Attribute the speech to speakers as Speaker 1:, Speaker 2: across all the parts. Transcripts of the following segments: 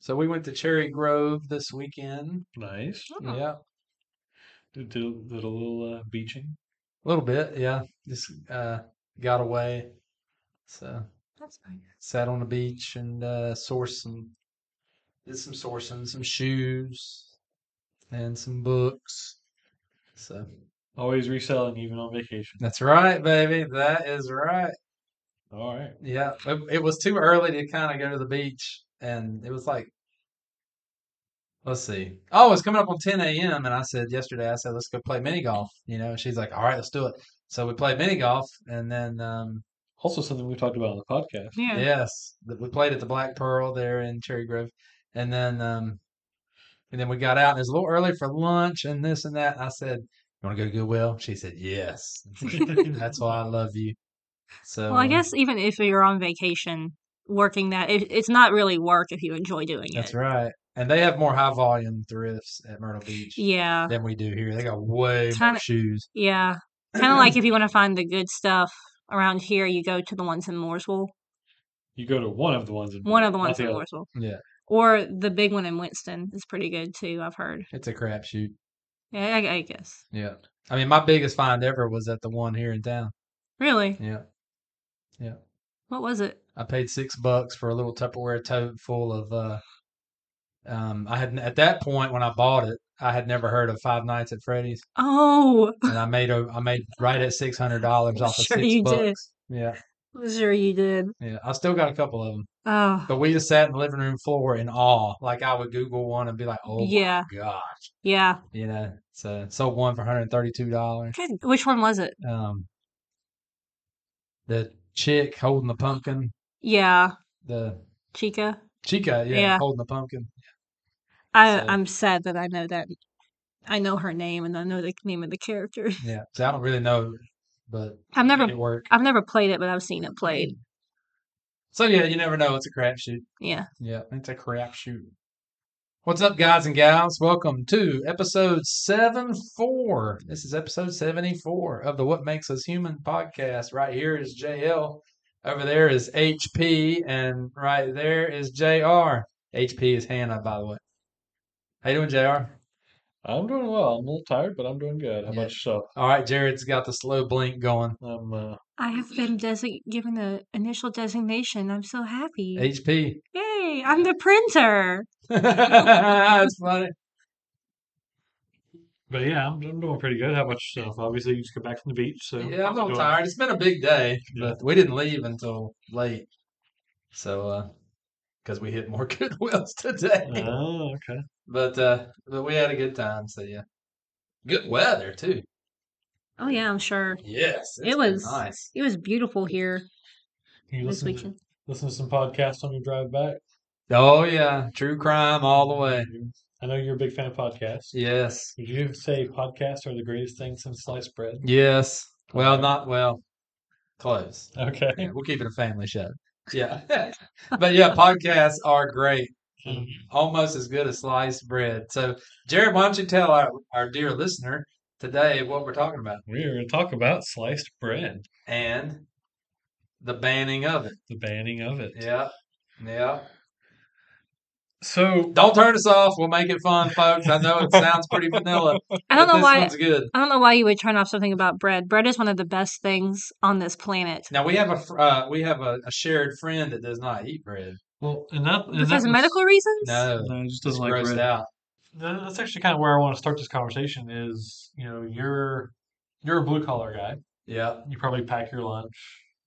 Speaker 1: So we went to Cherry Grove this weekend.
Speaker 2: Nice.
Speaker 3: Oh.
Speaker 1: Yeah,
Speaker 2: Did, did, did a little uh, beaching.
Speaker 1: a little bit. Yeah, just uh, got away. So
Speaker 3: That's nice.
Speaker 1: sat on the beach and uh, sourced some, did some sourcing, some shoes, and some books. So
Speaker 2: Always reselling, even on vacation.
Speaker 1: that's right, baby. That is right.
Speaker 2: All right.
Speaker 1: Yeah, it, it was too early to kind of go to the beach, and it was like, let's see. Oh, it's coming up on 10 a.m. And I said yesterday, I said let's go play mini golf. You know, and she's like, all right, let's do it. So we played mini golf, and then um,
Speaker 2: Also, something we talked about on the podcast.
Speaker 3: Yeah.
Speaker 1: yes, th- we played at the Black Pearl there in Cherry Grove, and then um, and then we got out, and it was a little early for lunch and this and that. And I said, you want to go to Goodwill? She said, yes. That's why I love you. So
Speaker 3: Well, I
Speaker 1: um,
Speaker 3: guess even if you're on vacation, working that it, it's not really work if you enjoy doing
Speaker 1: That's
Speaker 3: it.
Speaker 1: right. And they have more high volume thrifts at Myrtle Beach
Speaker 3: Yeah.
Speaker 1: than we do here. They got way more
Speaker 3: Kinda-
Speaker 1: shoes.
Speaker 3: Yeah. Kind of like if you want to find the good stuff around here, you go to the ones in Mooresville.
Speaker 2: You go to one of the ones in
Speaker 3: One of the
Speaker 2: not
Speaker 3: ones in
Speaker 2: other.
Speaker 3: Mooresville.
Speaker 1: Mm-hmm. Yeah.
Speaker 3: Or the big one in Winston is pretty good too, I've heard.
Speaker 1: It's a crapshoot.
Speaker 3: Yeah, I, I guess.
Speaker 1: Yeah. I mean, my biggest find ever was at the one here in town.
Speaker 3: Really?
Speaker 1: Yeah.
Speaker 3: What was it?
Speaker 1: I paid six bucks for a little Tupperware tote full of. uh um I had at that point when I bought it, I had never heard of Five Nights at Freddy's,
Speaker 3: Oh,
Speaker 1: and I made a I made right at six hundred dollars off of
Speaker 3: Sure
Speaker 1: six
Speaker 3: you did.
Speaker 1: bucks. Yeah,
Speaker 3: I'm sure you did.
Speaker 1: yeah. I still got a couple of them,
Speaker 3: Oh,
Speaker 1: but we just sat in the living room floor in awe. Like I would Google one and be like, "Oh, yeah.
Speaker 3: yeah,
Speaker 1: God,
Speaker 3: yeah.
Speaker 1: you know. So sold one for hundred thirty-two dollars.
Speaker 3: Good. Which one was it?
Speaker 1: Um, the chick holding the pumpkin,
Speaker 3: Yeah,
Speaker 1: the
Speaker 3: Chica.
Speaker 1: chica, yeah,
Speaker 3: Yeah.
Speaker 1: holding the pumpkin.
Speaker 3: I
Speaker 1: So-
Speaker 3: I'm sad that I know that. I know her name and I know the name of the character.
Speaker 1: Yeah, so I don't really know, but
Speaker 3: I've never
Speaker 1: it worked.
Speaker 3: I've never played it, but I've seen it played.
Speaker 1: So yeah, you never know. It's a crapshoot.
Speaker 3: Yeah.
Speaker 1: Yeah, it's a crapshoot. What's up, guys and gals? Welcome to episode seven four. This is episode seventy four of the What Makes Us Human podcast. Right here is JL. Over there is HP, and right there is JR. HP is Hannah, by the way. How you doing, JR?
Speaker 2: I'm doing well. I'm a little tired, but I'm doing good. How
Speaker 1: Yeah.
Speaker 2: about yourself?
Speaker 1: All right, Jared's got the slow blink going.
Speaker 2: I'm uh,
Speaker 3: I have been desi- given the initial designation. I'm so happy.
Speaker 1: HP.
Speaker 3: Yay! I'm the printer.
Speaker 1: That's funny.
Speaker 2: But yeah, I'm, I'm doing pretty good. How about yourself? Obviously, you just got back from the beach, so
Speaker 1: Yeah, I'm a little
Speaker 2: doing-
Speaker 1: tired. It's been a big day,
Speaker 2: Yeah.
Speaker 1: but we didn't leave until late. So, uh, because we hit more Goodwills today.
Speaker 2: Oh, okay.
Speaker 1: But, uh, but we had a good time. So, yeah. Good weather, too.
Speaker 3: Oh yeah, I'm sure.
Speaker 1: Yes.
Speaker 3: It
Speaker 1: it's been
Speaker 3: was-
Speaker 1: nice.
Speaker 3: It was beautiful here
Speaker 2: Can you
Speaker 3: this
Speaker 2: listen
Speaker 3: weekend.
Speaker 2: to, listen to some podcasts on your drive back?
Speaker 1: Oh, yeah. True crime all the way.
Speaker 2: I know you're a big fan of podcasts.
Speaker 1: Yes.
Speaker 2: Would you say podcasts are the greatest thing since sliced bread?
Speaker 1: Yes. Well, not well. Close.
Speaker 2: Okay.
Speaker 1: Yeah, we'll keep it a family show. Yeah. but yeah, podcasts are great.
Speaker 3: Mm-hmm.
Speaker 1: almost as good as sliced bread. So, Jared, why don't you tell our, our dear listener today what we're talking about
Speaker 2: We are going to talk about sliced bread,
Speaker 1: and the banning of it?
Speaker 2: the banning of it.
Speaker 1: Yeah. Yeah.
Speaker 2: So,
Speaker 1: Don't turn us off. We'll make it fun, folks. I know it sounds pretty vanilla.
Speaker 3: I
Speaker 1: but
Speaker 3: don't know
Speaker 1: this
Speaker 3: why.
Speaker 1: one's good.
Speaker 3: I don't know why you would turn off something about bread. Bread is one of the best things on this planet.
Speaker 1: Now we have a fr- uh, we have a, a shared friend that does not eat bread.
Speaker 2: well, and that, and that
Speaker 3: Because
Speaker 2: was-
Speaker 3: of medical reasons?
Speaker 1: No,
Speaker 2: No, it just
Speaker 1: it's
Speaker 2: doesn't like
Speaker 1: grossed
Speaker 2: bread.
Speaker 1: out.
Speaker 2: That- That's actually kind of where I want to start this conversation. Is you know you're you're a blue collar guy.
Speaker 1: Yeah,
Speaker 2: You probably pack your lunch.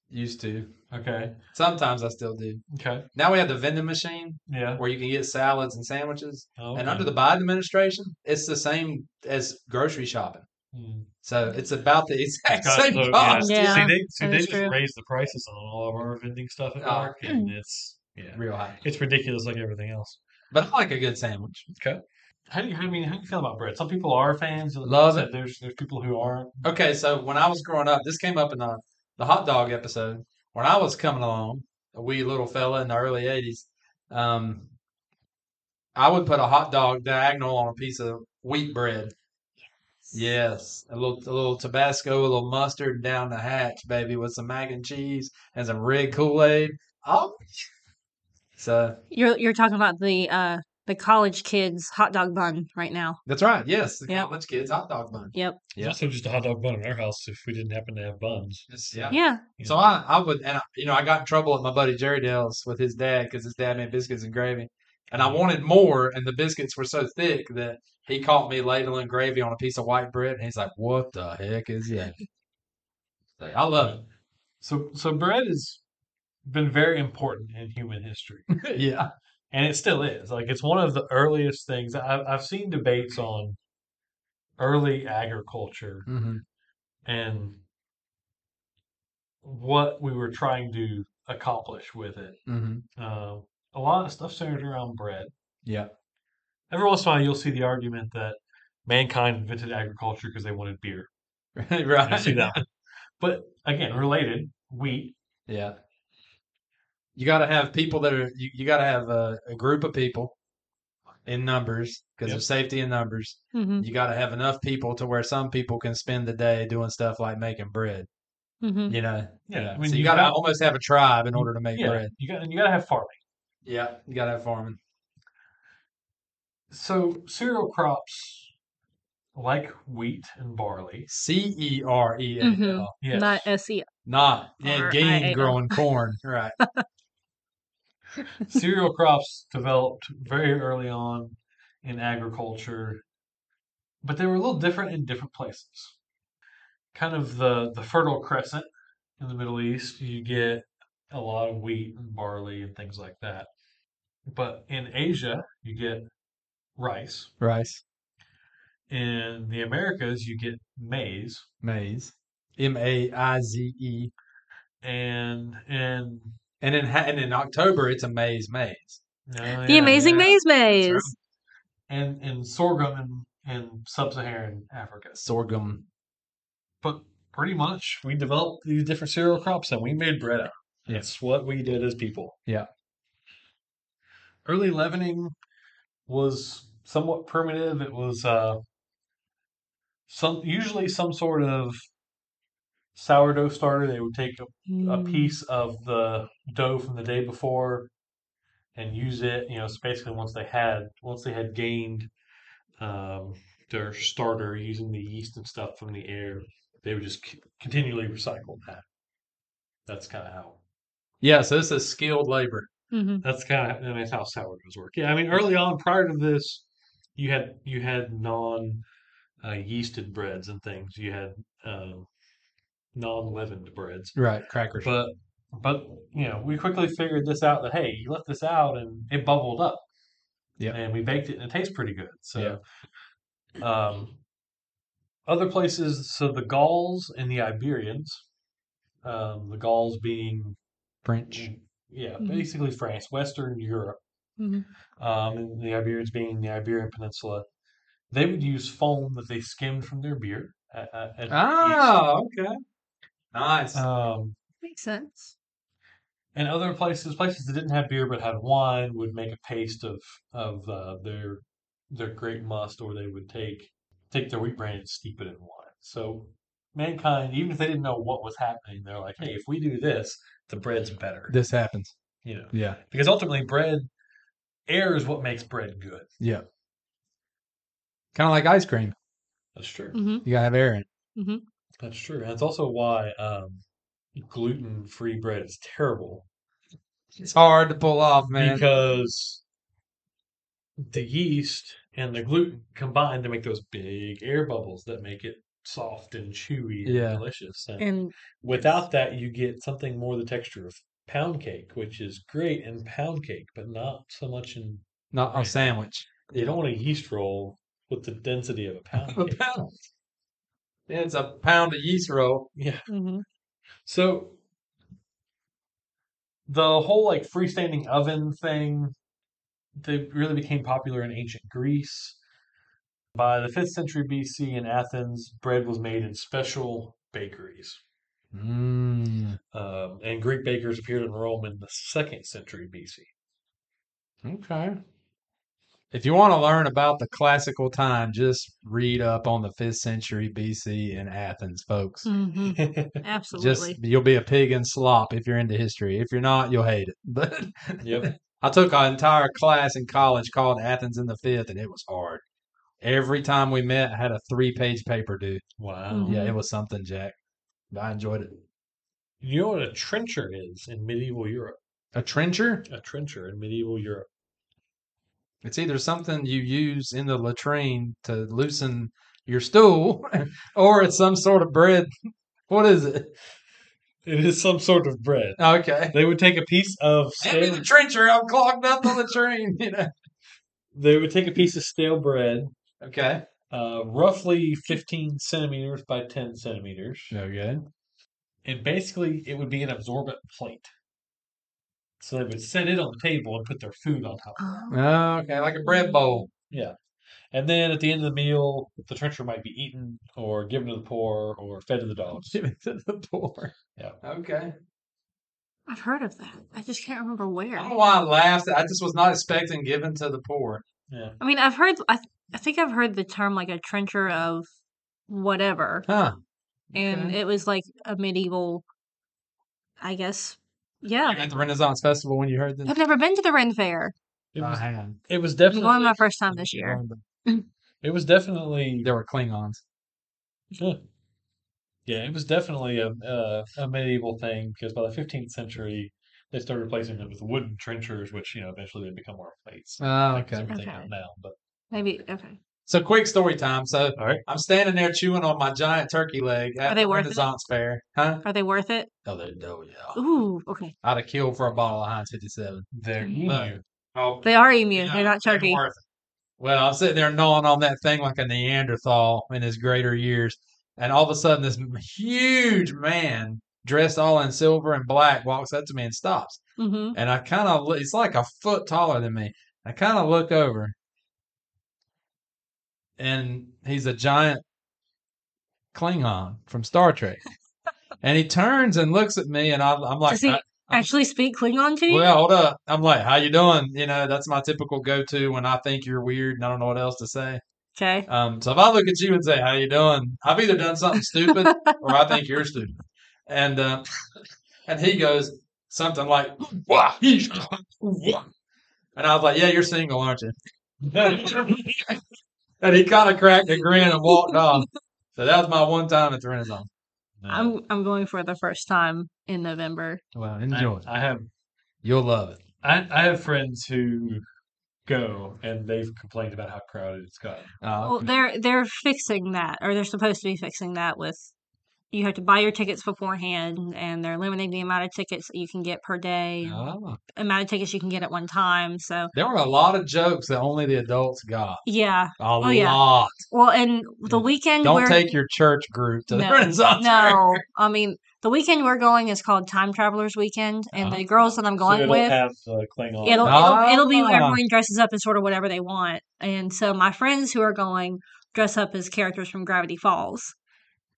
Speaker 1: used to.
Speaker 2: Okay.
Speaker 1: Sometimes I still do.
Speaker 2: Okay.
Speaker 1: Now we have the vending machine
Speaker 2: Yeah. Oh,
Speaker 1: where you can get salads and sandwiches.
Speaker 2: Okay.
Speaker 1: And under the Biden administration, it's the same as grocery shopping.
Speaker 2: Mm.
Speaker 1: So it's about the exact
Speaker 2: Got-
Speaker 1: same
Speaker 2: so, yeah.
Speaker 1: cost.
Speaker 3: Yeah,
Speaker 2: See, they, see,
Speaker 3: that
Speaker 2: they
Speaker 3: is
Speaker 2: just
Speaker 3: true. Hmm.
Speaker 2: raise the prices on all of our vending stuff at
Speaker 1: Oh.
Speaker 2: work, and it's yeah,
Speaker 1: Real high.
Speaker 2: it's ridiculous like everything else.
Speaker 1: But I like a good sandwich.
Speaker 2: How do you? I mean, how do you feel about bread? Some people are fans. and like
Speaker 1: Love
Speaker 2: I
Speaker 1: it.
Speaker 2: said, There's there's people who aren't.
Speaker 1: Okay, so when I was growing up, this came up in the, the hot dog episode. When I was coming along, a wee little fella in the early 80s, um, I would put a hot dog diagonal on a piece of wheat bread. Yes, a little, a little Tabasco, a little mustard down the hatch, baby, with some mac and cheese and some red Kool Aid. Oh, So
Speaker 3: You're you're talking about the uh the college kids hot dog bun right now.
Speaker 1: that's right. Yes, the
Speaker 3: Yeah.
Speaker 1: college kids hot dog bun.
Speaker 3: Yep.
Speaker 1: Yeah.
Speaker 2: It's also just a hot dog bun in our house if we didn't happen to have buns.
Speaker 1: It's- yeah.
Speaker 3: Yeah.
Speaker 1: So I, I would, and I, you know, I got in trouble at my buddy Jerry Dale's with his dad because his dad made biscuits and gravy, and I wanted more, and the biscuits were so thick that he caught me ladling gravy on a piece of white bread, and he's like, "What the heck is that?" Like, I love
Speaker 2: So so bread has been very important in human history,
Speaker 1: it. yeah,
Speaker 2: and it still is. Like it's one of the earliest things I've I've seen debates on early agriculture
Speaker 1: hmm
Speaker 2: and what we were trying to accomplish with it.
Speaker 1: hmm
Speaker 2: Uh, a lot of stuff centered around bread.
Speaker 1: yeah,
Speaker 2: Every once in a while, you'll see the argument that mankind invented agriculture because they wanted beer.
Speaker 1: right.
Speaker 2: I see that. one. But again, related wheat.
Speaker 1: Yeah. You got to have people that are, you, you got to have a, a group of people in numbers because
Speaker 2: Yep.
Speaker 1: of safety in numbers.
Speaker 3: Mm-hmm.
Speaker 1: You got to have enough people to where some people can spend the day doing stuff like making bread,
Speaker 3: Mm-hmm.
Speaker 1: you know?
Speaker 2: Yeah, I
Speaker 1: So
Speaker 2: mean,
Speaker 1: you,
Speaker 2: you
Speaker 1: got to
Speaker 2: got-
Speaker 1: almost have a tribe in order to make
Speaker 2: Yeah,
Speaker 1: bread.
Speaker 2: you got and you got to have farming.
Speaker 1: Yeah. You got to have farming.
Speaker 2: So cereal crops like wheat and barley.
Speaker 1: C E R E A L.
Speaker 2: Mm-hmm.
Speaker 3: Mhm.
Speaker 2: Yes.
Speaker 3: Not SEO.
Speaker 1: Not and
Speaker 3: R.I.A.L..
Speaker 1: gain growing corn. Right.
Speaker 2: cereal crops developed very early on in agriculture, but they were a little different in different places. Kind of the, the Fertile Crescent in the Middle East, you get a lot of wheat and barley and things like that. But in Asia, you get rice.
Speaker 1: Rice,
Speaker 2: In the Americas, you get maize.
Speaker 1: maize, M A I Z E.
Speaker 2: And and
Speaker 1: And in, ha- and in October, it's a maize maze.
Speaker 2: no,
Speaker 3: The
Speaker 2: yeah,
Speaker 3: Amazing
Speaker 2: yeah.
Speaker 3: Maze Maze.
Speaker 1: right.
Speaker 2: and and sorghum in, in sub-Saharan Africa.
Speaker 1: Sorghum.
Speaker 2: but pretty much we developed these different cereal crops and we made bread out. of it.
Speaker 1: Yeah.
Speaker 2: That's what we did as people.
Speaker 1: Yeah.
Speaker 2: Early leavening was somewhat primitive. It was uh, some usually some sort of sourdough starter. They would take a, a
Speaker 3: Mm.
Speaker 2: piece of the dough from the day before and use it. You know, so basically once they had once they had gained um, their starter using the yeast and stuff from the air. They would just c- continually recycle that. That's kind of how.
Speaker 1: Yeah. So this is skilled labor.
Speaker 3: Mhm.
Speaker 2: That's kind of. I mean, that's how sourdoughs work. Yeah, I mean, early on, prior to this, you had you had non uh, yeasted breads and things. You had um, non leavened breads,
Speaker 1: Right. Crackers.
Speaker 2: but but you know, we quickly figured this out that hey, you left this out and it bubbled up.
Speaker 1: Yeah.
Speaker 2: and we baked it and it tastes pretty good. So, um, other places, so the Gauls and the Iberians, um, the Gauls being,
Speaker 1: French.
Speaker 2: yeah,
Speaker 3: Mhm.
Speaker 2: basically France, Western Europe,
Speaker 3: Mhm.
Speaker 2: um, and the Iberians being the Iberian Peninsula, they would use foam that they skimmed from their beer. At, at, at
Speaker 1: Oh, okay. Nice.
Speaker 2: yeast.
Speaker 1: Uh,
Speaker 2: Um,
Speaker 3: Makes sense.
Speaker 2: and other places, places that didn't have beer but had wine, would make a paste of of uh, their their grape must, or they would take take their wheat bran and steep it in wine. So mankind, even if they didn't know what was happening, they're like, hey, if we do this, the bread's better,
Speaker 1: this happens.
Speaker 2: you know,
Speaker 1: Yeah.
Speaker 2: because ultimately bread air is what makes bread good.
Speaker 1: Yeah. Kind of like ice cream.
Speaker 2: That's true.
Speaker 3: hmm
Speaker 1: You gotta have air in it.
Speaker 2: That's true. And that's also why um, gluten free bread is terrible
Speaker 1: It's hard to pull off, man.
Speaker 2: because the yeast and the gluten combine to make those big air bubbles that make it soft and chewy and
Speaker 1: Yeah.
Speaker 2: delicious. And
Speaker 3: And
Speaker 2: without that, you get something more the texture of pound cake, which is great in pound cake, but not so much in.
Speaker 1: Not a sandwich.
Speaker 2: You don't want a yeast roll with the density of a pound
Speaker 1: A
Speaker 2: cake.
Speaker 1: pound. It's a pound of yeast roll.
Speaker 2: yeah.
Speaker 3: mhm.
Speaker 2: So the whole like freestanding oven thing, they really became popular in ancient Greece. By the 5th century BC in Athens, bread was made in special bakeries.
Speaker 1: Mm,
Speaker 2: Um, and Greek bakers appeared in Rome in the 2nd century BC.
Speaker 1: okay. If you want to learn about the classical time, just read up on the 5th century BC in Athens, folks.
Speaker 3: Mhm.
Speaker 1: Just
Speaker 3: Absolutely.
Speaker 1: you'll be a pig in slop if you're into history. If you're not, you'll hate it. But
Speaker 2: yep.
Speaker 1: I took an entire class in college called Athens in the Fifth, and it was hard. Every time we met, I had a three page paper due.
Speaker 2: Wow.
Speaker 1: Yeah, it was something, Jack. But I enjoyed it.
Speaker 2: You know what a trencher is in medieval Europe?
Speaker 1: A trencher?
Speaker 2: A trencher in medieval Europe.
Speaker 1: It's either something you use in the latrine to loosen your stool, or it's some sort of bread. What is it?
Speaker 2: It is some sort of bread.
Speaker 1: Okay.
Speaker 2: They would take a piece of
Speaker 1: Hand me the
Speaker 2: stale,
Speaker 1: trencher. I'm clogged up on the train. You know.
Speaker 2: they would take a piece of stale bread,
Speaker 1: Okay.
Speaker 2: uh, roughly 15 centimeters by 10 centimeters,
Speaker 1: Okay.
Speaker 2: and basically it would be an absorbent plate. So they would set it on the table and put their food on
Speaker 3: Oh.
Speaker 2: top.
Speaker 3: Um,
Speaker 1: Okay, like a bread bowl.
Speaker 2: And then at the end of the meal, the trencher might be eaten or given to the poor or fed to the dogs.
Speaker 1: Give it to the poor.
Speaker 2: Yeah.
Speaker 1: Okay.
Speaker 3: I've heard of that. I just can't remember
Speaker 1: I
Speaker 3: where.
Speaker 1: don't know why I laughed. I just was not expecting giving to the poor.
Speaker 2: Yeah.
Speaker 3: I mean, I've heard. I, th- I think I've heard the term like a trencher of whatever,
Speaker 1: Huh.
Speaker 3: and
Speaker 1: Okay.
Speaker 3: it was like a medieval. I guess. Yeah,
Speaker 1: You were at the Renaissance Festival when you heard this.
Speaker 3: I've never been to the Ren Fair.
Speaker 2: It was,
Speaker 1: have.
Speaker 2: it was
Speaker 3: I'm
Speaker 2: definitely
Speaker 3: going my first time this year.
Speaker 2: it was definitely
Speaker 1: There were Klingons.
Speaker 2: Yeah. Yeah, it was definitely a uh, a medieval thing because by the 15th century they started replacing it with wooden trenchers, which you know eventually they become our plates.
Speaker 1: Oh,
Speaker 2: Like, it's
Speaker 1: okay.
Speaker 2: everything
Speaker 3: Okay.
Speaker 2: now, but
Speaker 3: Maybe okay.
Speaker 1: So quick story time. So
Speaker 2: all right,
Speaker 1: I'm standing there chewing on my giant turkey leg at
Speaker 3: Are they
Speaker 1: the
Speaker 3: worth it?
Speaker 1: Renaissance Fair. Huh?
Speaker 3: Are they worth it?
Speaker 1: Oh, they oh yeah.
Speaker 3: Ooh, okay.
Speaker 1: I'd have killed for a bottle of Heinz 57.
Speaker 2: there
Speaker 3: you
Speaker 2: you
Speaker 1: Look.
Speaker 2: go.
Speaker 1: Oh,
Speaker 3: They are emu.
Speaker 1: yeah,
Speaker 3: They're not
Speaker 1: they're
Speaker 3: turkey.
Speaker 1: worth it. Well, I'm sitting there gnawing on that thing like a Neanderthal in his greater years. And all of a sudden, this huge man dressed all in silver and black walks up to me and stops.
Speaker 3: Mm-hmm.
Speaker 1: And I kind of, he's like a foot taller than me. I kind of look over, and he's a giant Klingon from Star Trek. and he turns and looks at me, and I, I'm like,
Speaker 3: Does he actually speak Klingon to you?
Speaker 1: well, hold up. I'm like, how you doing? You know, that's my typical go-to when I think you're weird and I don't know what else to say.
Speaker 3: okay.
Speaker 1: Um, so if I look at you and say, how you doing? I've either done something stupid or I think you're stupid. And, uh, and he goes something like, "Wah, yeesh, wah." and I was like, yeah, you're single, aren't you? And he kind of cracked a grin and walked off. So that was my one time at the Renaissance.
Speaker 3: I'm I'm going for the first time in November.
Speaker 1: Well,
Speaker 2: I- I have
Speaker 1: You'll love it.
Speaker 2: I, I have friends who go and they've complained about how crowded it's gotten.
Speaker 1: Uh,
Speaker 3: Well, they're they're fixing that, or they're supposed to be fixing that. With you have to buy your tickets beforehand, and they're limiting the amount of tickets that you can get per day, and
Speaker 1: ah.
Speaker 3: the amount of tickets you can get at one time. So
Speaker 1: There were a lot of jokes that only the adults got.
Speaker 3: yeah,
Speaker 1: A
Speaker 3: Oh, yeah.
Speaker 1: lot.
Speaker 3: well, and the
Speaker 1: Yeah.
Speaker 3: weekend
Speaker 1: Don't
Speaker 3: where
Speaker 1: take your church group to the
Speaker 3: No,
Speaker 1: Renaissance Fair.
Speaker 3: no, I mean the weekend we're going is called Time Travelers Weekend,
Speaker 1: Uh-huh.
Speaker 3: and the girls that I'm
Speaker 2: So
Speaker 3: going
Speaker 2: it'll
Speaker 3: with.
Speaker 2: have uh, Klingon.
Speaker 3: It'll,
Speaker 1: Ah.
Speaker 3: it'll it'll be everyone dresses up as sort of whatever they want, and so my friends who are going dress up as characters from Gravity Falls,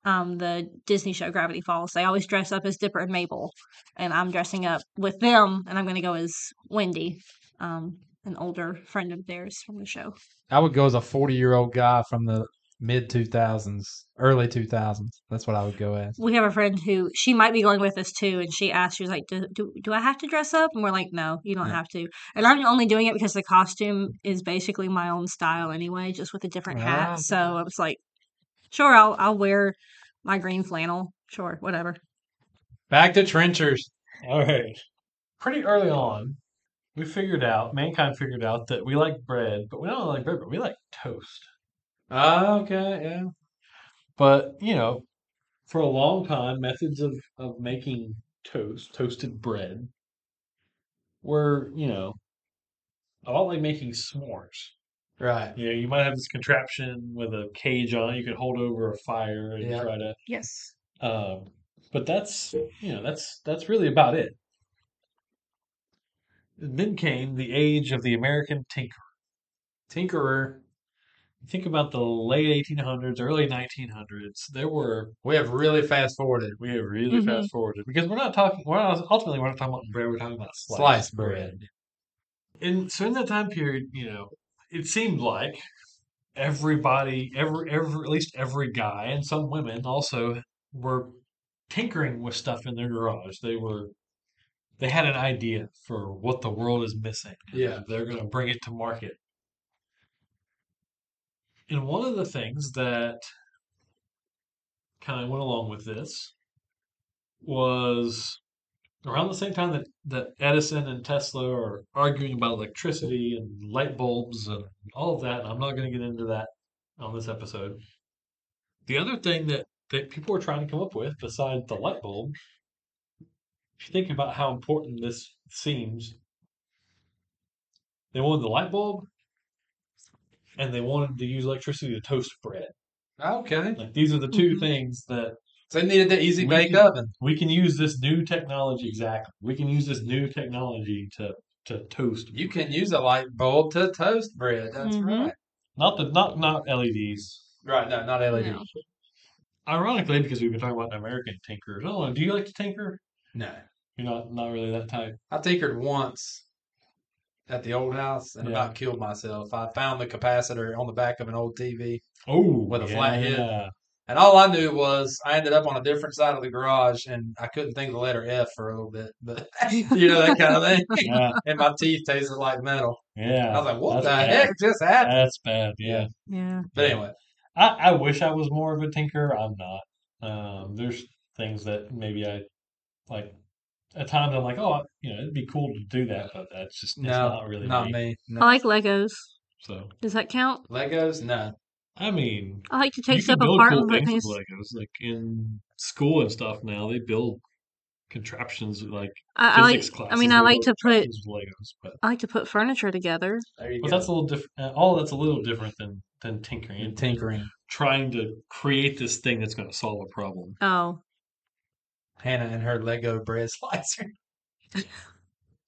Speaker 3: um, the Disney show Gravity Falls. They always dress up as Dipper and Mabel, and I'm dressing up with them, and I'm going to go as Wendy, um, an older friend of theirs from the show.
Speaker 1: I would go as a 40 year old guy from the mid 2000s, early 2000s. That's what I would go as.
Speaker 3: We have a friend who she might be going with us too, and she asked, she was like, "Do do, do I have to dress up?" And we're like, "No, you don't
Speaker 1: Yeah.
Speaker 3: have to." And I'm only doing it because the costume is basically my own style anyway, just with a different
Speaker 1: Ah.
Speaker 2: Oh,
Speaker 3: hat. So I was like, "Sure, I'll I'll wear my green flannel. Sure, whatever."
Speaker 1: Back to trenchers.
Speaker 2: All right. Pretty early on, we figured out, mankind figured out that we like bread, but we don't like bread, but we like toast.
Speaker 1: Ah, Okay, yeah.
Speaker 2: But, you know, for a long time, methods of, of making toast, toasted bread, were, you know, a lot like making s'mores.
Speaker 1: Right.
Speaker 2: You know, you might have this contraption with a cage on it you could hold over a fire and
Speaker 1: Yeah.
Speaker 2: try to
Speaker 3: Yes.
Speaker 2: Um, but that's you know that's that's really about it. And then came the age of the American tinker.
Speaker 1: Tinkerer.
Speaker 2: Think about the late 1800s, early 1900s. There were
Speaker 1: We have really fast forwarded.
Speaker 2: we have really
Speaker 3: Mhm.
Speaker 2: fast forwarded because we're not talking. We're not, ultimately we're not talking about bread. We're talking about sliced,
Speaker 1: Sliced bread.
Speaker 2: And so in that time period, you know, it seemed like everybody, every every at least every guy and some women also were tinkering with stuff in their garage. They were they had an idea for what the world is missing.
Speaker 1: Yeah.
Speaker 2: They're going to bring it to market. And one of the things that kind of went along with this was around the same time that, that Edison and Tesla are arguing about electricity and light bulbs and all of that. And I'm not going to get into that on this episode. The other thing that, that people were trying to come up with, besides the light bulb, if you think about how important this seems, they wanted the light bulb and they wanted to use electricity to toast bread.
Speaker 1: Okay.
Speaker 2: Like these are the 2
Speaker 3: Mhm.
Speaker 2: things that
Speaker 1: So they needed the easy
Speaker 2: We
Speaker 1: bake
Speaker 2: can-
Speaker 1: oven.
Speaker 2: we can use this new technology exactly. We can use this new technology to to toast.
Speaker 1: You can use a light bulb to toast bread. That's
Speaker 3: Mhm.
Speaker 1: right.
Speaker 2: Not the not not E LEDs.
Speaker 1: Right. No, not LED. No.
Speaker 3: No.
Speaker 2: Ironically, because we've been talking about an American tinker. Oh, do you like to tinker?
Speaker 1: no.
Speaker 2: You're not not really that type.
Speaker 1: I tinkered once at the old house and
Speaker 2: Yeah.
Speaker 1: about killed myself. I found the capacitor on the back of an old TV.
Speaker 2: Oh,
Speaker 1: With a flat head.
Speaker 2: yeah.
Speaker 1: And all I knew was I ended up on a different side of the garage and I couldn't think of the letter F for a little bit. But you know, that kind of thing.
Speaker 2: Yeah,
Speaker 1: and my teeth tasted like metal.
Speaker 2: yeah.
Speaker 1: I was like, what
Speaker 2: That's
Speaker 1: the
Speaker 2: bad.
Speaker 1: heck just happened?
Speaker 2: That's bad. Yeah.
Speaker 3: Yeah.
Speaker 1: But anyway,
Speaker 2: I, I wish I was more of a tinker. I'm not. Um, there's things that maybe I like. At times, I'm like, oh, I- you know, it'd be cool to do that, but that's just it's
Speaker 1: no,
Speaker 2: not really
Speaker 1: not
Speaker 2: me.
Speaker 1: me. No.
Speaker 3: I like Legos.
Speaker 2: So,
Speaker 3: Does that count?
Speaker 1: Legos? No.
Speaker 2: I mean,
Speaker 3: I like to
Speaker 2: you
Speaker 3: take
Speaker 2: can
Speaker 3: stuff
Speaker 2: build
Speaker 3: apart
Speaker 2: cool
Speaker 3: and put
Speaker 2: things
Speaker 3: things.
Speaker 2: with Legos. Like in school and stuff now, they build contraptions with, like
Speaker 3: I, I like.
Speaker 2: physics classes.
Speaker 3: I mean, I
Speaker 2: they
Speaker 3: like
Speaker 2: build
Speaker 3: to put.
Speaker 2: contraptions with Legos, but
Speaker 3: I like to put furniture together.
Speaker 1: There you
Speaker 2: but
Speaker 1: go.
Speaker 2: that's a little different. uh, All that's a little different than than tinkering.
Speaker 1: And tinkering.
Speaker 2: trying to create this thing that's going to solve a problem.
Speaker 3: Oh,
Speaker 1: Hannah and her Lego bread slicer.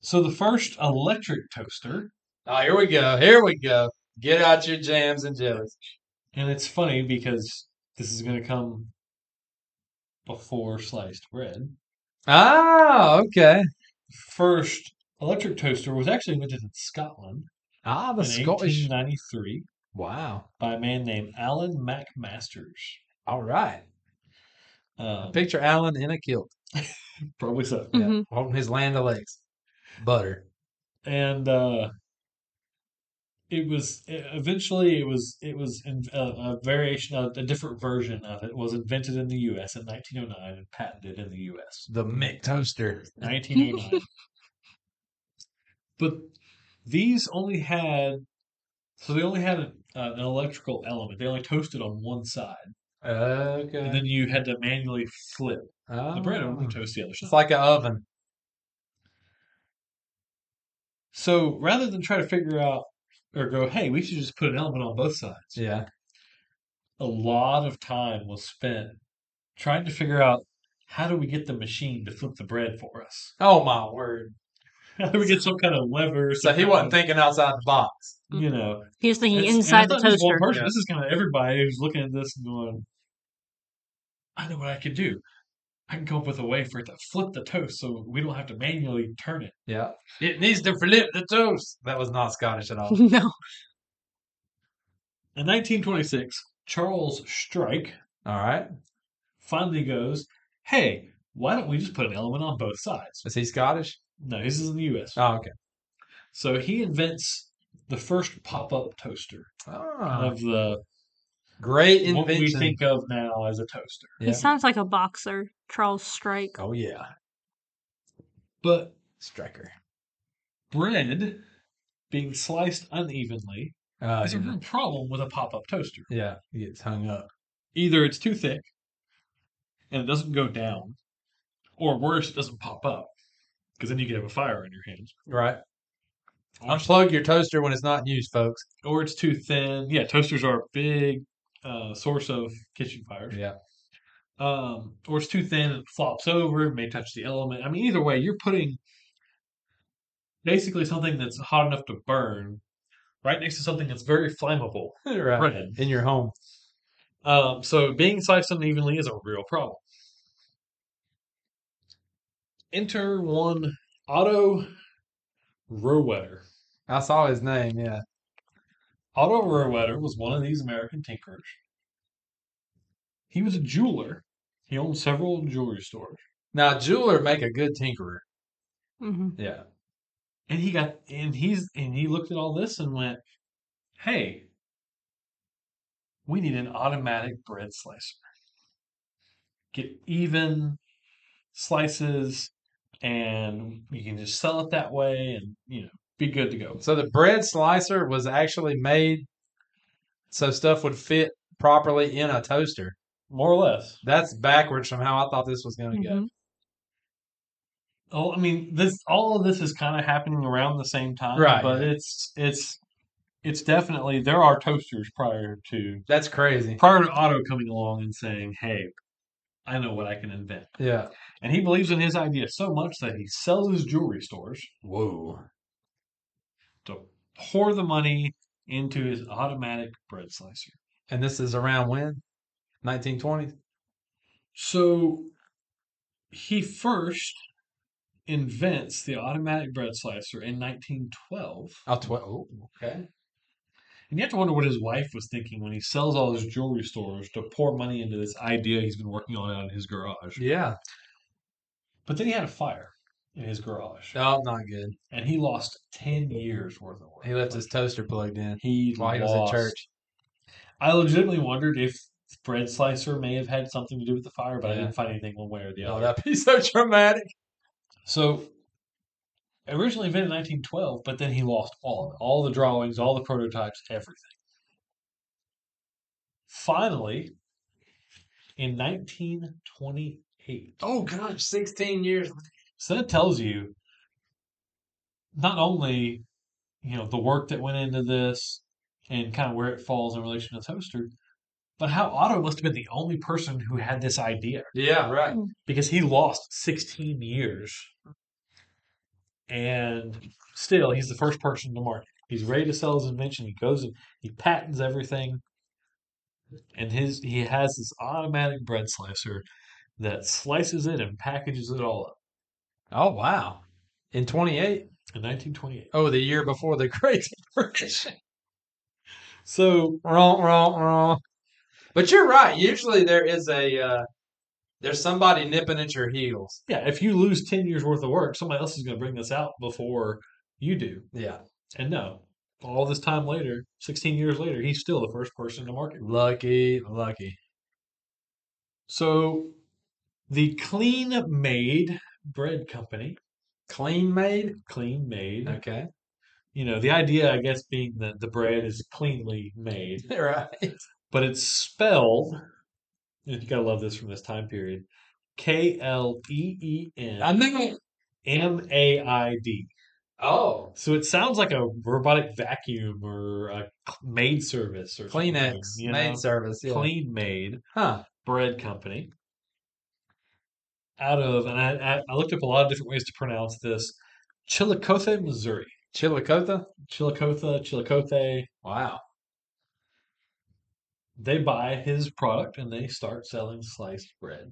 Speaker 2: So the first electric toaster,
Speaker 1: Oh, here we go. Here we go. Get out your jams and jellies.
Speaker 2: and it's funny because this is going to come before sliced bread.
Speaker 1: Ah, okay.
Speaker 2: First electric toaster was actually invented in Scotland
Speaker 1: Ah,
Speaker 2: in 1893
Speaker 1: Wow.
Speaker 2: by a man named Alan MacMasters.
Speaker 1: All right.
Speaker 2: Um,
Speaker 1: Picture Alan in a kilt
Speaker 2: probably so.
Speaker 1: Yeah,
Speaker 3: Mhm.
Speaker 1: on his land of lakes. Butter.
Speaker 2: and uh, it was e- eventually it was it was in, a, a variation of a different version of it was invented in the U.S. in 1909 and patented in the U.S.
Speaker 1: The Mick toaster.
Speaker 2: 1909. but these only had so they only had an, uh, an electrical element. They only toasted on one side,
Speaker 1: Okay.
Speaker 2: and then you had to manually flip the bread over
Speaker 1: Oh.
Speaker 2: to toast the other side.
Speaker 1: It's like an oven.
Speaker 2: So rather than try to figure out or go, hey, we should just put an element on both sides.
Speaker 1: Yeah.
Speaker 2: a lot of time was spent trying to figure out how do we get the machine to flip the bread for us?
Speaker 1: Oh my word.
Speaker 2: How do we get some kind of lever?
Speaker 1: So
Speaker 2: some
Speaker 1: he
Speaker 2: kind
Speaker 1: wasn't
Speaker 2: of-
Speaker 1: thinking outside the box.
Speaker 2: you know,
Speaker 3: he was thinking
Speaker 2: it's- and
Speaker 3: inside
Speaker 2: it's
Speaker 3: the
Speaker 2: not just one
Speaker 3: toaster.
Speaker 2: person.
Speaker 1: Yeah.
Speaker 2: This is kind of everybody who's looking at this and going, I know what I can do. I can come up with a way for it to flip the toast so we don't have to manually turn it.
Speaker 1: Yeah. It needs to flip the toast. That was not Scottish at all.
Speaker 3: no.
Speaker 2: In 1926, Charles Strike
Speaker 1: All right.
Speaker 2: finally goes, Hey, why don't we just put an element on both sides?
Speaker 1: Is he Scottish?
Speaker 2: No, this is in the US.
Speaker 1: Oh, okay.
Speaker 2: So he invents the first pop-up toaster
Speaker 1: Ah,
Speaker 2: of the
Speaker 1: great
Speaker 2: what we
Speaker 1: invention.
Speaker 2: think of now as a toaster.
Speaker 1: Yeah.
Speaker 3: He sounds like a boxer, Charles Strike.
Speaker 1: Oh yeah,
Speaker 2: But
Speaker 1: striker.
Speaker 2: bread being sliced unevenly
Speaker 1: Uh,
Speaker 2: is a real problem with a pop-up toaster.
Speaker 1: yeah, he gets hung up.
Speaker 2: Either it's too thick and it doesn't go down, or worse, it doesn't pop up because then you could have a fire on your hands.
Speaker 1: Right.
Speaker 2: Or,
Speaker 1: Unplug your toaster when it's not in use, folks.
Speaker 2: or it's too thin. Yeah, toasters are a big uh, source of kitchen fires.
Speaker 1: Yeah.
Speaker 2: um, or it's too thin and it flops over, may touch the element. I mean, either way, you're putting basically something that's hot enough to burn right next to something that's very flammable.
Speaker 1: right.
Speaker 2: Bread.
Speaker 1: In your home.
Speaker 2: Um, so being sliced unevenly is a real problem. Enter one Otto Rowetter.
Speaker 1: I saw his name. Yeah.
Speaker 2: Otto Rowetter was one of these American tinkerers. He was a jeweler. He owned several jewelry stores.
Speaker 1: Now, jeweler make a good tinkerer.
Speaker 3: Mm-hmm.
Speaker 1: Yeah.
Speaker 2: And he got and he's and he looked at all this and went, "Hey, we need an automatic bread slicer. Get even slices, and you can just sell it that way, and you know, be good to go."
Speaker 1: So the bread slicer was actually made so stuff would fit properly in a toaster.
Speaker 2: More or less.
Speaker 1: That's backwards from how I thought this was going to go.
Speaker 3: Mhm.
Speaker 2: Oh, I mean, this all of this is kind of happening around the same time,
Speaker 1: Right.
Speaker 2: But it's it's it's definitely there are toasters prior to
Speaker 1: That's crazy.
Speaker 2: prior to Otto coming along and saying, "Hey, I know what I can invent,"
Speaker 1: Yeah.
Speaker 2: and he believes in his idea so much that he sells his jewelry stores
Speaker 1: Whoa.
Speaker 2: to pour the money into his automatic bread slicer.
Speaker 1: And this is around when? 1920s.
Speaker 2: So he first invents the automatic bread slicer in 1912.
Speaker 1: Oh, tw- oh, okay.
Speaker 2: And you have to wonder what his wife was thinking when he sells all his jewelry stores to pour money into this idea he's been working on out in his garage.
Speaker 1: Yeah.
Speaker 2: But then he had a fire in his garage,
Speaker 1: Oh, not good.
Speaker 2: and he lost ten years worth of work.
Speaker 1: He left his toaster plugged in.
Speaker 2: he
Speaker 1: while he was at
Speaker 2: lost.
Speaker 1: church.
Speaker 2: I legitimately wondered if bread slicer may have had something to do with the fire, but I
Speaker 1: Yeah.
Speaker 2: didn't find anything one way or the
Speaker 1: Oh,
Speaker 2: other.
Speaker 1: that'd be so dramatic.
Speaker 2: So originally invented in 1912, but then he lost all of it. All the drawings, all the prototypes, everything. Finally, in 1928.
Speaker 1: Oh gosh, 16 years.
Speaker 2: So that tells you not only, you know, the work that went into this and kind of where it falls in relation to Toaster, but how Otto must have been the only person who had this idea
Speaker 1: Yeah, right.
Speaker 2: because he lost 16 years and still he's the first person to market he's ready to sell his invention he goes and he patents everything and his he has this automatic bread slicer that slices it and packages it all up
Speaker 1: Oh wow. In 28.
Speaker 2: in 1928
Speaker 1: Oh, the year before the Great Depression.
Speaker 2: so
Speaker 1: wrong, wrong, wrong. But you're right. Usually there is a uh, there's somebody nipping at your heels.
Speaker 2: yeah if you lose 10 years worth of work somebody else is going to bring this out before you do
Speaker 1: Yeah.
Speaker 2: and no all this time later 16 years later he's still the first person to market
Speaker 1: Lucky, lucky.
Speaker 2: So, the Clean Made Bread Company,
Speaker 1: Clean made.
Speaker 2: Clean Made,
Speaker 1: Okay.
Speaker 2: you know, the idea, I guess, being that the bread is cleanly made,
Speaker 1: Right.
Speaker 2: but it's spelled, and you gotta love this from this time period, K L E E
Speaker 1: I
Speaker 2: N
Speaker 1: knew it.
Speaker 2: M A I D.
Speaker 1: Oh.
Speaker 2: So it sounds like a robotic vacuum or a cl- maid service or something,
Speaker 1: Kleenex
Speaker 2: you know?
Speaker 1: maid service. Yeah.
Speaker 2: Clean Made.
Speaker 1: Huh.
Speaker 2: bread company out of and I, I- I looked up a lot of different ways to pronounce this chillicothe missouri
Speaker 1: Chillicothe.
Speaker 2: chillicothe chillicothe
Speaker 1: Wow.
Speaker 2: they buy his product and they start selling sliced bread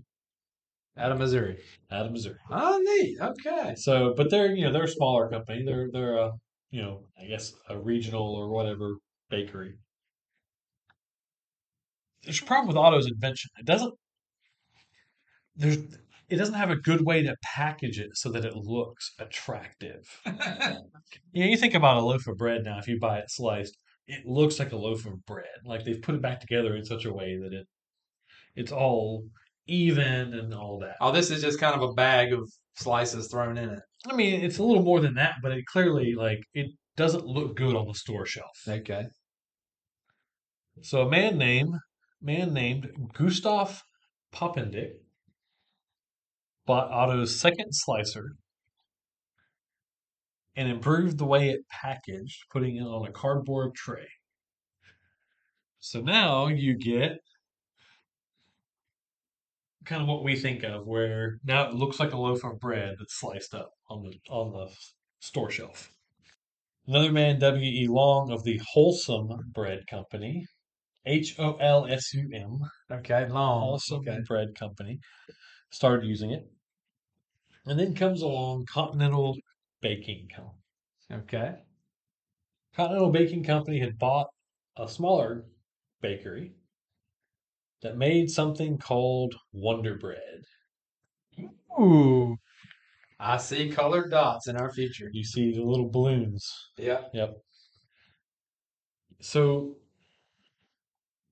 Speaker 1: Out of Missouri.
Speaker 2: out of missouri
Speaker 1: Oh, neat. Okay.
Speaker 2: so but they're you know they're a smaller company they're they're a you know i guess a regional or whatever bakery there's a problem with auto's invention it doesn't there's it doesn't have a good way to package it so that it looks attractive You know, you think about a loaf of bread now, if you buy it sliced, it looks like a loaf of bread. Like they've put it back together in such a way that it it's all even and all that.
Speaker 1: oh, this is just kind of a bag of slices thrown in it.
Speaker 2: I mean, it's a little more than that, but it clearly like it doesn't look good on the store shelf.
Speaker 1: Okay.
Speaker 2: So a man named man named Gustav Poppendick bought Otto's second slicer and improved the way it packaged, putting it on a cardboard tray. So now you get kind of what we think of where now it looks like a loaf of bread that's sliced up on the on the s- store shelf. Another man, W. E. Long of the Wholesome Bread Company, H O L S U M,
Speaker 1: Okay. Long.
Speaker 2: Wholesome
Speaker 1: Oh, Okay.
Speaker 2: Bread Company, started using it. And then comes along Continental Baking Company.
Speaker 1: Okay.
Speaker 2: Continental Baking Company had bought a smaller bakery that made something called Wonder Bread.
Speaker 1: Ooh. I see colored dots in our future.
Speaker 2: You see the little balloons.
Speaker 1: Yeah.
Speaker 2: So,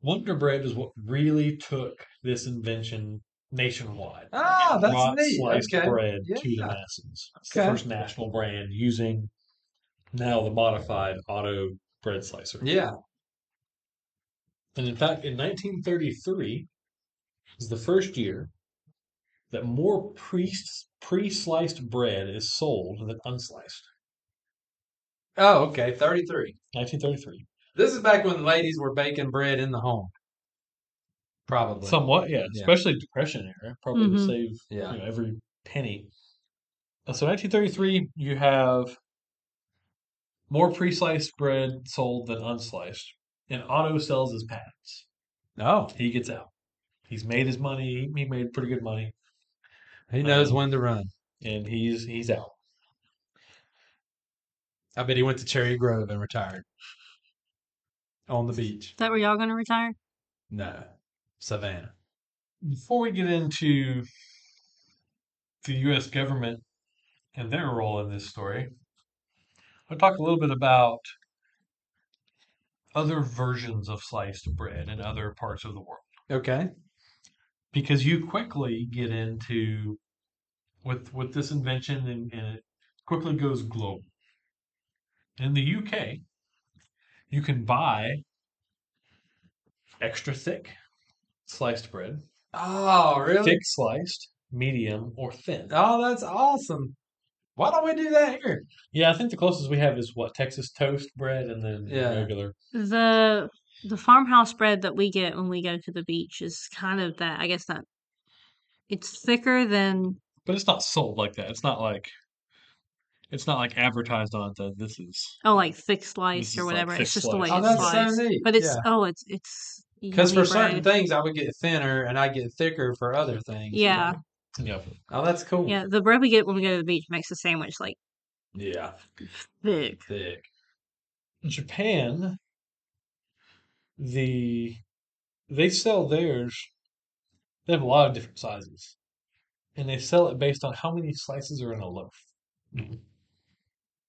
Speaker 2: Wonder Bread is what really took this invention nationwide.
Speaker 1: Ah, that's
Speaker 2: Brought
Speaker 1: neat.
Speaker 2: sliced
Speaker 1: Okay.
Speaker 2: bread to the
Speaker 1: Yeah.
Speaker 2: masses. It's
Speaker 1: Okay.
Speaker 2: the first national brand using now the modified auto bread slicer.
Speaker 1: Yeah.
Speaker 2: And in fact, in 1933 is the first year that more pre pre-sliced bread is sold than unsliced.
Speaker 1: Oh, okay. 33.
Speaker 2: 1933.
Speaker 1: This is back when ladies were baking bread in the home. Probably.
Speaker 2: Somewhat, yeah.
Speaker 1: Yeah. Mm-hmm.
Speaker 2: Especially Depression era, probably to
Speaker 3: Mhm.
Speaker 2: save
Speaker 1: Yeah.
Speaker 2: you know, every penny. Uh, So 1933, you have more pre-sliced bread sold than unsliced, and Otto sells his patents.
Speaker 1: Oh,
Speaker 2: He gets out. He's made his money. He made pretty good money,
Speaker 1: he knows
Speaker 2: Um,
Speaker 1: when to run.
Speaker 2: and he's he's out.
Speaker 1: I bet he went to Cherry Grove and retired on the beach.
Speaker 3: that where y'all gonna retire?
Speaker 1: No, Savannah.
Speaker 2: Before we get into the U.S. government and their role in this story, I'll talk a little bit about other versions of sliced bread in other parts of the world.
Speaker 1: Okay.
Speaker 2: because you quickly get into with with this invention and, and it quickly goes global. In the UK, you can buy extra thick sliced bread,
Speaker 1: Oh, really?
Speaker 2: thick sliced, medium, or thin.
Speaker 1: Oh, that's awesome. Why don't we do that here?
Speaker 2: Yeah, I think the closest we have is what Texas toast bread, and then
Speaker 1: Yeah.
Speaker 2: regular.
Speaker 3: The the farmhouse bread that we get when we go to the beach is kind of that. I guess that it's thicker than
Speaker 2: But it's not sold like that. It's not like it's not like advertised on that. This is
Speaker 3: oh, like thick
Speaker 2: This
Speaker 3: slice
Speaker 2: is
Speaker 3: or
Speaker 2: like
Speaker 3: whatever.
Speaker 2: thick
Speaker 3: it's just the way
Speaker 2: slice.
Speaker 1: Oh,
Speaker 3: it's
Speaker 1: that's
Speaker 3: sliced.
Speaker 1: so neat.
Speaker 3: But it's
Speaker 1: yeah.
Speaker 3: oh, it's it's
Speaker 1: Because for
Speaker 3: yummy
Speaker 1: certain
Speaker 3: bread.
Speaker 1: things, I would get thinner and I get thicker for other things. you
Speaker 3: Yeah.
Speaker 1: know?
Speaker 2: yeah.
Speaker 1: Oh, that's cool.
Speaker 3: yeah, the bread we get when we go to the beach makes the sandwich like
Speaker 1: Yeah.
Speaker 3: thick.
Speaker 1: Thick.
Speaker 2: Japan, the they sell theirs. They have a lot of different sizes, and they sell it based on how many slices are in a loaf.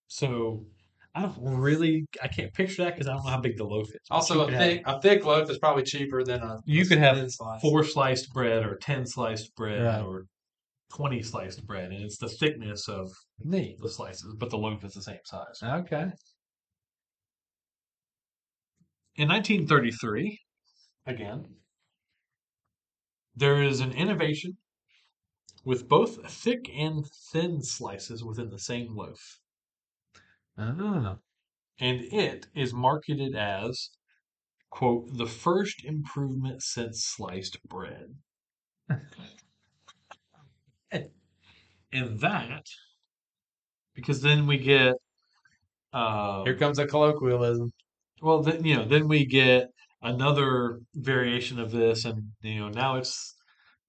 Speaker 2: So I don't really, I can't picture that because I don't know how big the loaf is. but
Speaker 1: Also,
Speaker 2: you
Speaker 1: a
Speaker 2: could have
Speaker 1: thick a thick loaf is probably cheaper than a
Speaker 2: You could have
Speaker 1: thin slice.
Speaker 2: four sliced bread or ten sliced bread
Speaker 1: Right.
Speaker 2: or twenty sliced bread, and it's the thickness of
Speaker 1: Neat.
Speaker 2: the slices, but the loaf is the same size.
Speaker 1: Okay.
Speaker 2: In 1933, again, there is an innovation with both thick and thin slices within the same loaf,
Speaker 1: Oh.
Speaker 2: and it is marketed as, quote, the first improvement since sliced bread. and that, because then we get. Um,
Speaker 1: Here comes a colloquialism.
Speaker 2: Well, then you know, then we get another variation of this, and you know, now it's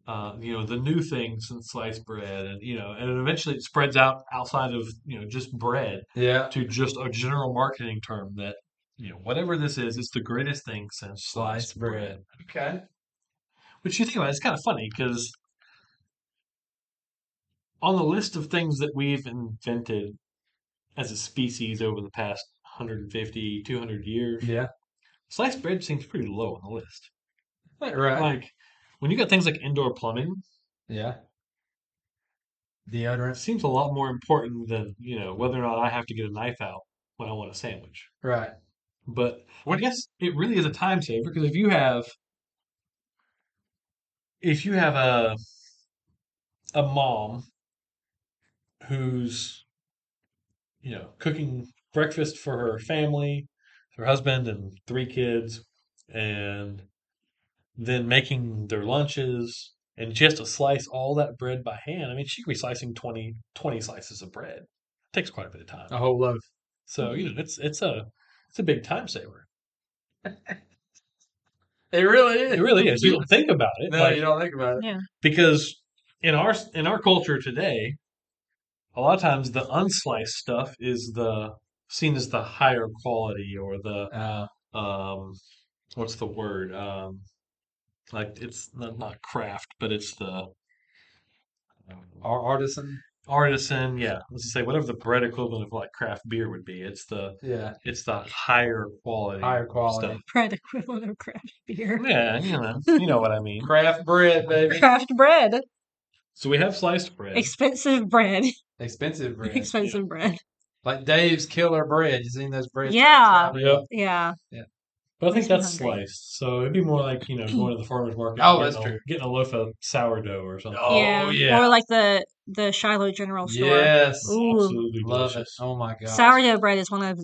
Speaker 2: uh, you know the new thing since sliced bread, and you know, and eventually it spreads out outside of you know just bread
Speaker 1: Yeah.
Speaker 2: to just a general marketing term that you know whatever this is, it's the greatest thing since sliced,
Speaker 1: Sliced bread. Okay.
Speaker 2: Which you think about, it, it's kind of funny because on the list of things that we've invented as a species over the past 150, 200 years,
Speaker 1: Yeah.
Speaker 2: sliced bread seems pretty low on the list.
Speaker 1: Right.
Speaker 2: like when you got things like indoor plumbing
Speaker 1: Yeah.
Speaker 2: it
Speaker 1: Deodorant.
Speaker 2: seems a lot more important than you know whether or not i have to get a knife out when i want a sandwich
Speaker 1: Right.
Speaker 2: but i guess it really is a time saver because if you have if you have a a mom who's you know cooking breakfast for her family her husband and three kids and then making their lunches and just to slice all that bread by hand i mean she could be slicing 20 20 slices of bread takes quite a bit of time
Speaker 1: A whole loaf.
Speaker 2: so you know it's it's a it's a big time saver
Speaker 1: It really is.
Speaker 2: it really is you don't think about it
Speaker 1: No,
Speaker 2: like-
Speaker 1: you don't think about it.
Speaker 2: because in our in our culture today a lot of times the unsliced stuff is the seen as the higher quality or the
Speaker 1: Uh,
Speaker 2: um what's the word um like it's not, not craft but it's the
Speaker 1: our artisan.
Speaker 2: artisan, yeah, let's say whatever the bread equivalent of like craft beer would be. It's the
Speaker 1: Yeah,
Speaker 2: it's the higher quality
Speaker 1: higher quality.
Speaker 2: stuff.
Speaker 3: Bread equivalent of craft beer.
Speaker 2: Yeah, you know, you know what I mean.
Speaker 1: Craft bread, baby.
Speaker 3: Craft bread.
Speaker 2: So we have sliced bread.
Speaker 3: Expensive bread.
Speaker 1: Expensive bread.
Speaker 3: Expensive bread.
Speaker 1: like Dave's killer bread. You seen those breads?
Speaker 3: Yeah.
Speaker 2: Yep.
Speaker 3: Yeah.
Speaker 2: But I think
Speaker 3: Makes me
Speaker 2: that's
Speaker 3: hungry.
Speaker 2: sliced, so it'd be more like you know going to the farmers market.
Speaker 1: Oh,
Speaker 2: and
Speaker 1: that's
Speaker 2: getting a-
Speaker 1: true.
Speaker 2: Getting a loaf of sourdough or something.
Speaker 1: Oh, yeah.
Speaker 3: Or like the the Shiloh General Store.
Speaker 1: Yes.
Speaker 3: Ooh.
Speaker 2: absolutely
Speaker 1: Love it.
Speaker 2: delicious.
Speaker 1: Oh my god.
Speaker 3: Sourdough bread is one of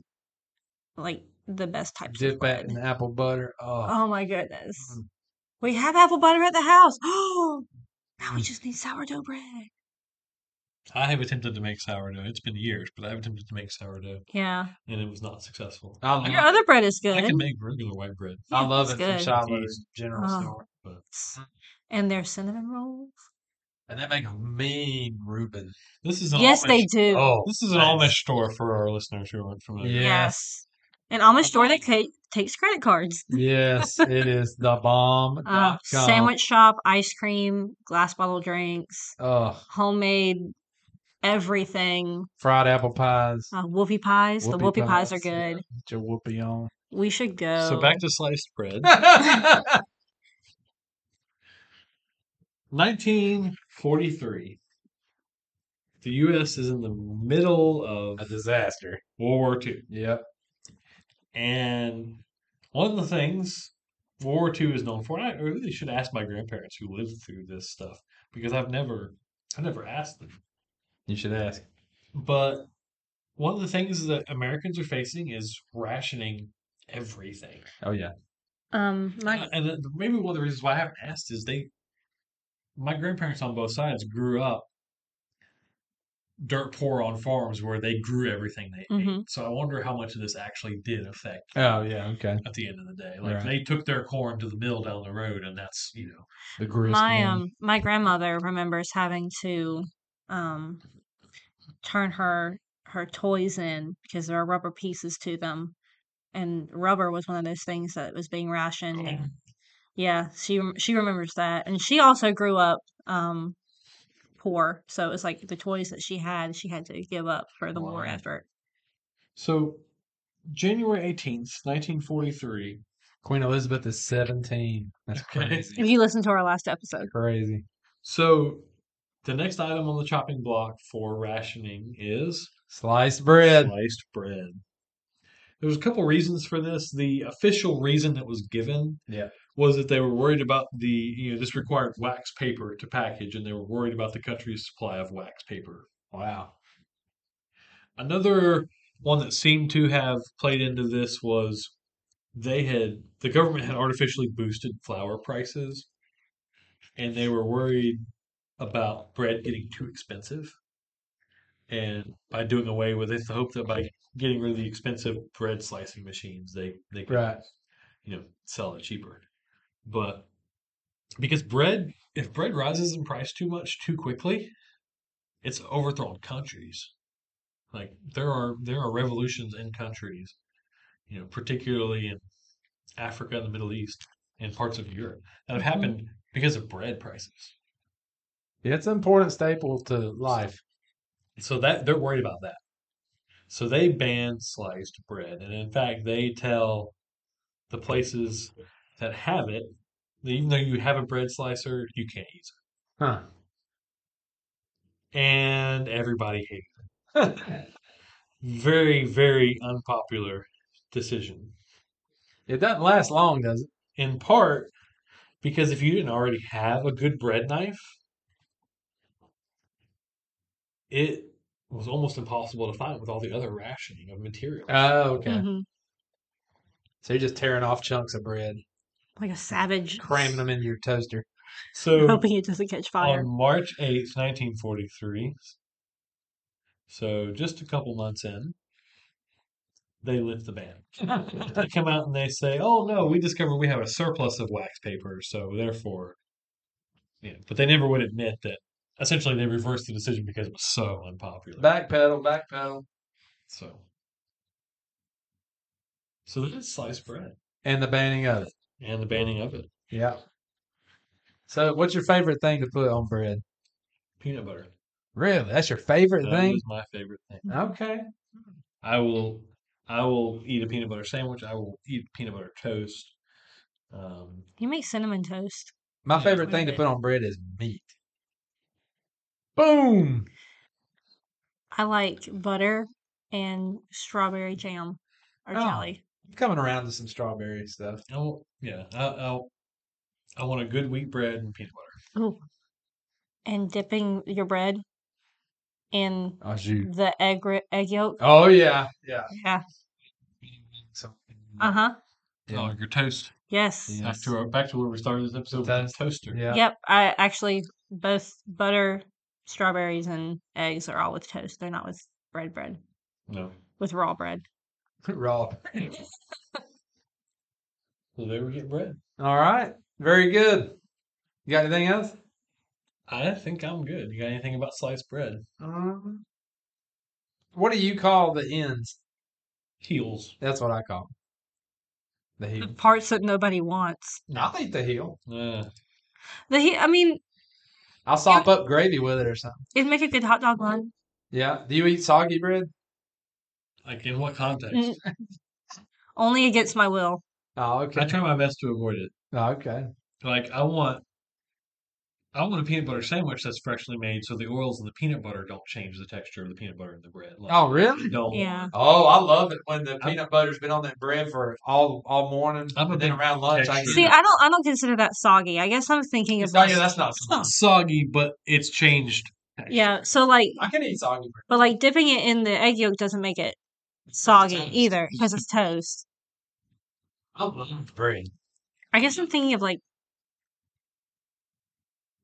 Speaker 3: like the best types of
Speaker 1: Dip that
Speaker 3: bread.
Speaker 1: in apple butter. Oh.
Speaker 3: Oh my goodness.
Speaker 1: Mm.
Speaker 3: We have apple butter at the house. Oh,
Speaker 1: Mm-hmm.
Speaker 3: now we just need sourdough bread.
Speaker 2: I have attempted to make sourdough. It's been years, but I've attempted to make sourdough,
Speaker 3: Yeah.
Speaker 2: and it was not successful.
Speaker 1: I
Speaker 2: I
Speaker 1: love
Speaker 3: Your other bread is good.
Speaker 2: I can make regular white bread.
Speaker 1: I love
Speaker 3: it's
Speaker 1: it from
Speaker 3: good.
Speaker 1: Shiloh's General
Speaker 3: Oh.
Speaker 1: Store.
Speaker 2: But
Speaker 3: and their cinnamon rolls.
Speaker 1: And they make a mean Reuben.
Speaker 2: this is an
Speaker 3: yes,
Speaker 2: Amish,
Speaker 3: they do.
Speaker 1: Mm-hmm. Oh,
Speaker 2: This is an Amish store for our listeners who aren't familiar.
Speaker 1: Yeah.
Speaker 3: Yes. An Amish store that ca- takes credit cards.
Speaker 1: yes, it is the bomb.
Speaker 3: Uh, sandwich shop, ice cream, glass bottle drinks,
Speaker 1: Oh,
Speaker 3: homemade everything.
Speaker 1: fried apple pies.
Speaker 3: Uh, whoopie pies. the
Speaker 1: Whoopie
Speaker 3: whoopie pies, are
Speaker 1: pies, yeah.
Speaker 3: good.
Speaker 1: Get your whoopee on.
Speaker 3: We should go.
Speaker 2: So back to sliced bread.
Speaker 1: oh,
Speaker 2: 1943. The U.S. is in the middle of
Speaker 1: a disaster.
Speaker 2: World War II.
Speaker 1: Yep.
Speaker 2: And one of the things World War II is known for, and I really should ask my grandparents who lived through this stuff because I've never, I've never asked them.
Speaker 1: You should ask.
Speaker 2: But one of the things that Americans are facing is rationing everything.
Speaker 1: Oh yeah.
Speaker 3: um, my,
Speaker 2: And uh, maybe one of the reasons why I haven't asked is they, my grandparents on both sides grew up dirt poor on farms where they grew everything they
Speaker 3: Mhm.
Speaker 2: ate. So I wonder how much of this actually did affect
Speaker 1: Oh yeah. Okay.
Speaker 2: at the end of the day. Like
Speaker 1: Right.
Speaker 2: they took their corn to the mill down the road, and that's you know
Speaker 1: The grist.
Speaker 3: my
Speaker 1: mill.
Speaker 3: um my grandmother remembers having to um turn her her toys in because there are rubber pieces to them and rubber was one of those things that was being rationed
Speaker 2: Oh.
Speaker 3: and yeah she rem- she remembers that and she also grew up um poor so it was like the toys that she had she had to give up for the war
Speaker 2: Wow.
Speaker 3: effort
Speaker 2: so. January eighteenth, nineteen forty-three.
Speaker 1: Queen Elizabeth is seventeen. That's
Speaker 2: Okay.
Speaker 1: crazy.
Speaker 3: if you listen to our last episode
Speaker 1: crazy.
Speaker 2: So the next item on the chopping block for rationing is
Speaker 1: Sliced bread.
Speaker 2: Sliced bread. There's a couple reasons for this. The official reason that was given
Speaker 1: Yeah.
Speaker 2: was that they were worried about the, you know, this required wax paper to package, and they were worried about the country's supply of wax paper.
Speaker 1: Wow.
Speaker 2: Another one that seemed to have played into this was they had, the government had artificially boosted flour prices, and they were worried about bread getting too expensive. And by doing away with it, the hope that by getting rid of the expensive bread slicing machines, they they could
Speaker 1: Right.
Speaker 2: you know sell it cheaper. But because bread, if bread rises in price too much too quickly, it's overthrown countries. Like there are there are revolutions in countries, you know, particularly in Africa and the Middle East and parts of Europe that have
Speaker 3: Mhm.
Speaker 2: happened because of bread prices.
Speaker 1: Yeah, it's an important staple to life.
Speaker 2: So that they're worried about that. So they ban sliced bread, and in fact, they tell the places that have it that even though you have a bread slicer, you can't use
Speaker 1: Huh.
Speaker 2: it. And everybody hates it. Very, very unpopular decision.
Speaker 1: it doesn't last long, does it?
Speaker 2: In part because if you didn't already have a good bread knife, it was almost impossible to find with all the other rationing of material.
Speaker 1: Oh, okay.
Speaker 3: Mhm.
Speaker 1: So you're just tearing off chunks of bread,
Speaker 3: like a savage
Speaker 1: cramming them into your toaster.
Speaker 2: So
Speaker 3: hoping it doesn't catch fire
Speaker 2: on March 8th, 1943. So just a couple months in, they lift the ban. They come out and they say, "Oh no, we discovered we have a surplus of wax paper, so therefore." Yeah, but they never would admit that. Essentially, they reversed the decision because it was so unpopular.
Speaker 1: Backpedal, backpedal.
Speaker 2: So, so this is sliced bread
Speaker 1: And the banning of it.
Speaker 2: and the banning of it.
Speaker 1: Yeah. So what's your favorite thing to put on bread?
Speaker 2: Peanut butter.
Speaker 1: Really? That's your favorite
Speaker 2: That
Speaker 1: thing?
Speaker 2: is my favorite thing.
Speaker 1: Okay.
Speaker 2: I will I will eat a peanut butter sandwich. I will eat peanut butter toast. Um,
Speaker 3: You make cinnamon toast.
Speaker 1: My
Speaker 2: Yeah.
Speaker 1: favorite thing to put on bread is meat. Boom.
Speaker 3: I like butter and strawberry jam or
Speaker 1: Oh.
Speaker 3: jelly.
Speaker 1: I'm coming around to some strawberry stuff.
Speaker 2: I will, yeah, I, I'll, I want a good wheat bread and peanut butter.
Speaker 3: And dipping your bread in
Speaker 1: Oh, shoot.
Speaker 3: the egg ri- egg yolk.
Speaker 1: Oh, yeah. Yeah.
Speaker 3: Yeah.
Speaker 1: So,
Speaker 3: Uh huh.
Speaker 1: yeah.
Speaker 2: Oh, your toast.
Speaker 3: Yes.
Speaker 1: Yeah.
Speaker 2: Back to our, back to where we started this episode. With
Speaker 1: Toast.
Speaker 2: the toaster.
Speaker 1: yeah.
Speaker 3: Yep. I actually both butter, strawberries, and eggs are all with toast. They're not with bread bread.
Speaker 2: No.
Speaker 3: With raw bread.
Speaker 1: Raw.
Speaker 2: So there we get bread.
Speaker 1: All right. Very good. You got anything else?
Speaker 2: I think I'm good. You got anything about sliced bread?
Speaker 1: Um, what do you call the ends?
Speaker 2: Heels.
Speaker 1: That's what I call 'em. the
Speaker 3: The
Speaker 1: heel.
Speaker 3: parts that nobody wants.
Speaker 1: I'll eat the heel.
Speaker 2: Uh,
Speaker 3: The he- I mean,
Speaker 1: I'll sop up gravy with it or something.
Speaker 3: it'd make a good hot dog bun.
Speaker 1: Yeah. Do you eat soggy bread?
Speaker 2: like in what context?
Speaker 3: Mm, Only against my will.
Speaker 1: Oh,
Speaker 2: I
Speaker 1: okay.
Speaker 2: try my best to avoid it.
Speaker 1: Oh, okay.
Speaker 2: Like I want, I want a peanut butter sandwich that's freshly made, so the oils in the peanut butter don't change the texture of the peanut butter in the bread. Like,
Speaker 1: Oh, really?
Speaker 2: don't.
Speaker 3: Yeah.
Speaker 1: Oh, I love it when the peanut butter's been on that bread for all all morning,
Speaker 2: I'm a
Speaker 1: and then
Speaker 2: big
Speaker 1: around lunch I
Speaker 2: texture-
Speaker 1: eat
Speaker 3: See,
Speaker 1: it.
Speaker 3: I don't I don't consider that soggy. I guess I'm thinking of
Speaker 1: It's not-
Speaker 3: like-
Speaker 1: yeah, that's not.
Speaker 2: It's not soggy, but it's changed. texture.
Speaker 3: Yeah, so like
Speaker 1: I can eat soggy bread.
Speaker 3: but like dipping it in the egg yolk doesn't make it soggy
Speaker 2: toast.
Speaker 3: either because it's toast.
Speaker 1: I love bread.
Speaker 3: I guess I'm thinking of like